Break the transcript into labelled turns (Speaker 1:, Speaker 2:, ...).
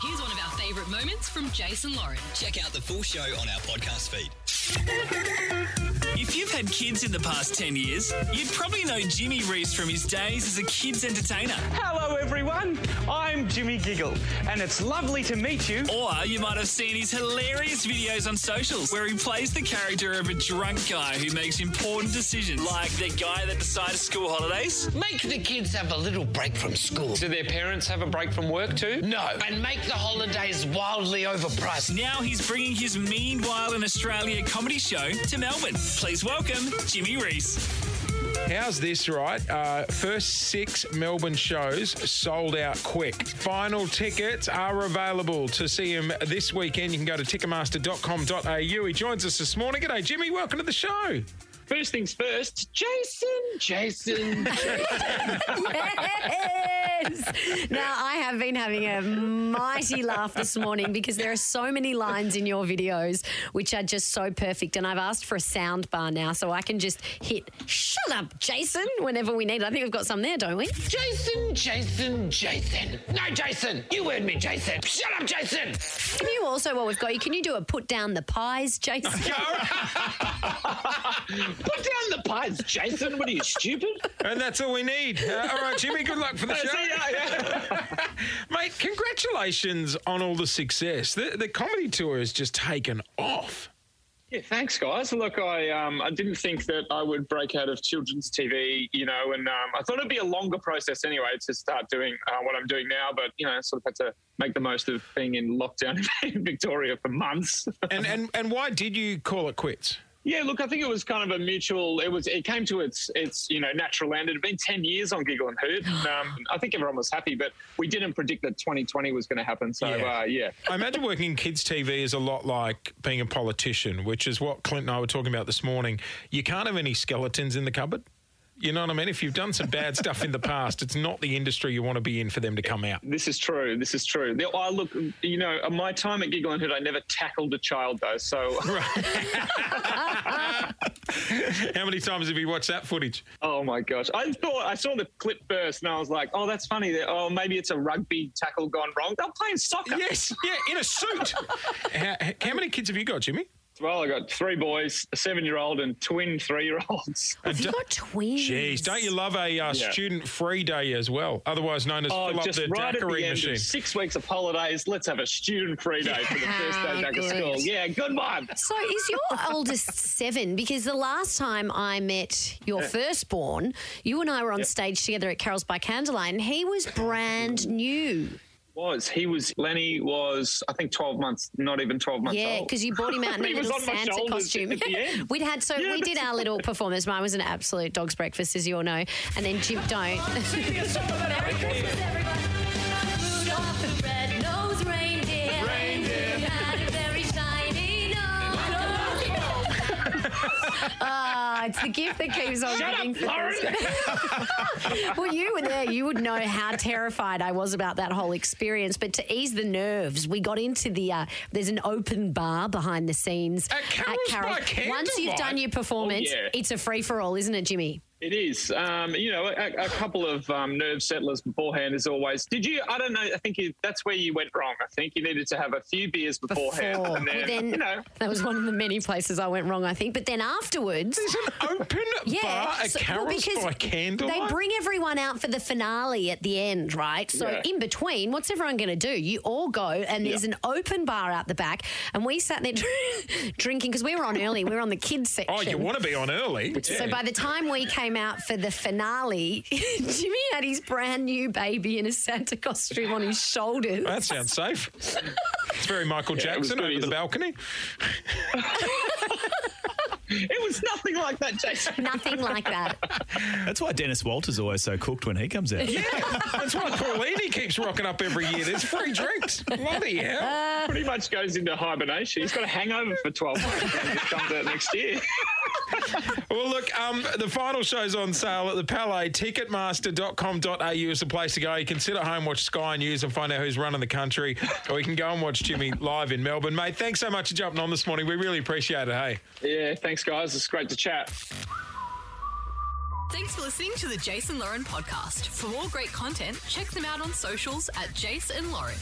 Speaker 1: Here's one of our favourite moments from Jason Lauren.
Speaker 2: Check out the full show on our podcast feed.
Speaker 3: If you've had kids in the past 10 years, you'd probably know Jimmy Reese from his days as a kids entertainer.
Speaker 4: Hello, everyone. I'm Jimmy Giggle, and it's lovely to meet you.
Speaker 3: Or you might have seen his hilarious videos on socials where he plays the character of a drunk guy who makes important decisions, like the guy that decided school holidays.
Speaker 5: Make the kids have a little break from school.
Speaker 4: Do their parents have a break from work too?
Speaker 5: No. And make the holidays wildly overpriced.
Speaker 3: Now he's bringing his Meanwhile in Australia comedy show to Melbourne. Please welcome Jimmy Reese.
Speaker 6: How's this, right? Uh, first six Melbourne shows sold out quick. Final tickets are available to see him this weekend. You can go to ticketmaster.com.au. He joins us this morning. G'day, Jimmy. Welcome to the show.
Speaker 4: First things first, Jason.
Speaker 5: Jason.
Speaker 7: Yes. Now I have been having a mighty laugh this morning because there are so many lines in your videos which are just so perfect, and I've asked for a sound bar now so I can just hit "Shut up, Jason" whenever we need it. I think we've got some there, don't we?
Speaker 5: Jason, Jason, Jason. No, Jason. You heard me, Jason. Shut up, Jason.
Speaker 7: Can you also, while we've got you, can you do a put down the pies, Jason?
Speaker 5: Put down the pies, Jason. What are you, stupid?
Speaker 6: And that's all we need. Uh, all right, Jimmy, good luck for the show. Mate, congratulations on all the success. The, the comedy tour has just taken off.
Speaker 4: Yeah, thanks, guys. Look, I um, I didn't think that I would break out of children's TV, you know, and um, I thought it'd be a longer process anyway to start doing uh, what I'm doing now. But you know, sort of had to make the most of being in lockdown in Victoria for months.
Speaker 6: And, and, and why did you call it quits?
Speaker 4: Yeah, look, I think it was kind of a mutual. It was it came to its its you know natural end. It had been ten years on Giggle and Hoot. And, um, I think everyone was happy, but we didn't predict that 2020 was going to happen. So
Speaker 6: Yeah.
Speaker 4: yeah. Uh, yeah,
Speaker 6: I imagine working in kids' TV is a lot like being a politician, which is what Clint and I were talking about this morning. You can't have any skeletons in the cupboard. You know what I mean? If you've done some bad stuff in the past, it's not the industry you want to be in for them to come out.
Speaker 4: this is true. This is true. The, oh, look, you know, my time at Giggle and Hoot, I never tackled a child though. So
Speaker 6: How many times have you watched that footage?
Speaker 4: oh my gosh, I thought I saw the clip first, and I was like, oh, that's funny. That oh, maybe it's a rugby tackle gone wrong. They're playing soccer.
Speaker 6: Yes, yeah, in a suit. how, how many kids have you got, Jimmy?
Speaker 4: Well, I got three boys, a seven-year-old and twin three-year-olds.
Speaker 7: Have you got twins?
Speaker 6: Jeez, don't you love a uh, student free day as well, otherwise known as
Speaker 4: Oh,
Speaker 6: fill up
Speaker 4: just
Speaker 6: the
Speaker 4: right at
Speaker 6: daiquiri
Speaker 4: the end
Speaker 6: machine?
Speaker 4: of six weeks of holidays, let's have a student free day for the first
Speaker 7: Ah,
Speaker 4: day back
Speaker 7: good.
Speaker 4: of school. Yeah, good one.
Speaker 7: So, is your oldest seven? Because the last time I met your firstborn, you and I were on stage together at Carol's by Candlelight, and he was brand new.
Speaker 4: Was he was Lenny was I think twelve months, not even twelve months
Speaker 7: Yeah,
Speaker 4: old.
Speaker 7: because you bought him out in a
Speaker 4: He was
Speaker 7: little
Speaker 4: on my
Speaker 7: Santa
Speaker 4: shoulders
Speaker 7: costume.
Speaker 4: at the end.
Speaker 7: We'd had so we did our little performance. Mine was an absolute dog's breakfast, as you all know, and then Jim don't. Ah, It's the gift that keeps on
Speaker 4: Shut
Speaker 7: giving
Speaker 4: up,
Speaker 7: for
Speaker 4: Lauren.
Speaker 7: Thursday. well, you were there. You would know how terrified I was about that whole experience. But to ease the nerves, we got into the. Uh, there's an open bar behind the scenes
Speaker 6: At Carol's by
Speaker 7: Once you've
Speaker 6: candlelight?
Speaker 7: done your performance,
Speaker 4: Oh, yeah.
Speaker 7: it's a free for all, isn't it, Jimmy?
Speaker 4: It is. Um, you know, a, a couple of um, nerve settlers beforehand is always. Did you? I don't know. I think you, that's where you went wrong. I think you needed to have a few beers beforehand,
Speaker 7: Before.
Speaker 4: and then,
Speaker 7: Well, then-
Speaker 4: you know.
Speaker 7: That was one of the many places I went wrong, I think. But then afterwards.
Speaker 6: Open
Speaker 7: Yeah,
Speaker 6: bar at
Speaker 7: so- well,
Speaker 6: Carol's
Speaker 7: because
Speaker 6: by candlelight.
Speaker 7: They bring everyone out for the finale at the end, right? So
Speaker 4: Yeah.
Speaker 7: in between, what's everyone going to do? You all go, and there's an open bar out the back, and we sat there drinking because we were on early. We were on the kids section.
Speaker 6: oh, you want to be on early?
Speaker 7: So by the time we came out for the finale, Jimmy had his brand new baby in a Santa costume on his shoulders.
Speaker 6: That sounds safe. It's very Michael
Speaker 4: it was
Speaker 6: Jackson
Speaker 4: good
Speaker 6: over the
Speaker 4: easy.
Speaker 6: balcony.
Speaker 4: It was nothing like that, Jason.
Speaker 7: Nothing like that.
Speaker 8: That's why Dennis Walter's always so cooked when he comes out.
Speaker 6: That's why Paulini keeps rocking up every year. There's free drinks. Bloody hell.
Speaker 4: Pretty much goes into hibernation. He's got a hangover for twelve months. and he just comes out next year.
Speaker 6: Well, look, um, the final show's on sale at the Palais. Ticketmaster.com.au is the place to go. You can sit at home, watch Sky News, and find out who's running the country. Or you can go and watch Jimmy live in Melbourne. Mate, thanks so much for jumping on this morning. We really appreciate it, hey?
Speaker 4: Yeah, thanks, guys. It's great to chat.
Speaker 1: Thanks for listening to the Jason Lauren podcast. For more great content, check them out on socials at Jason Lauren.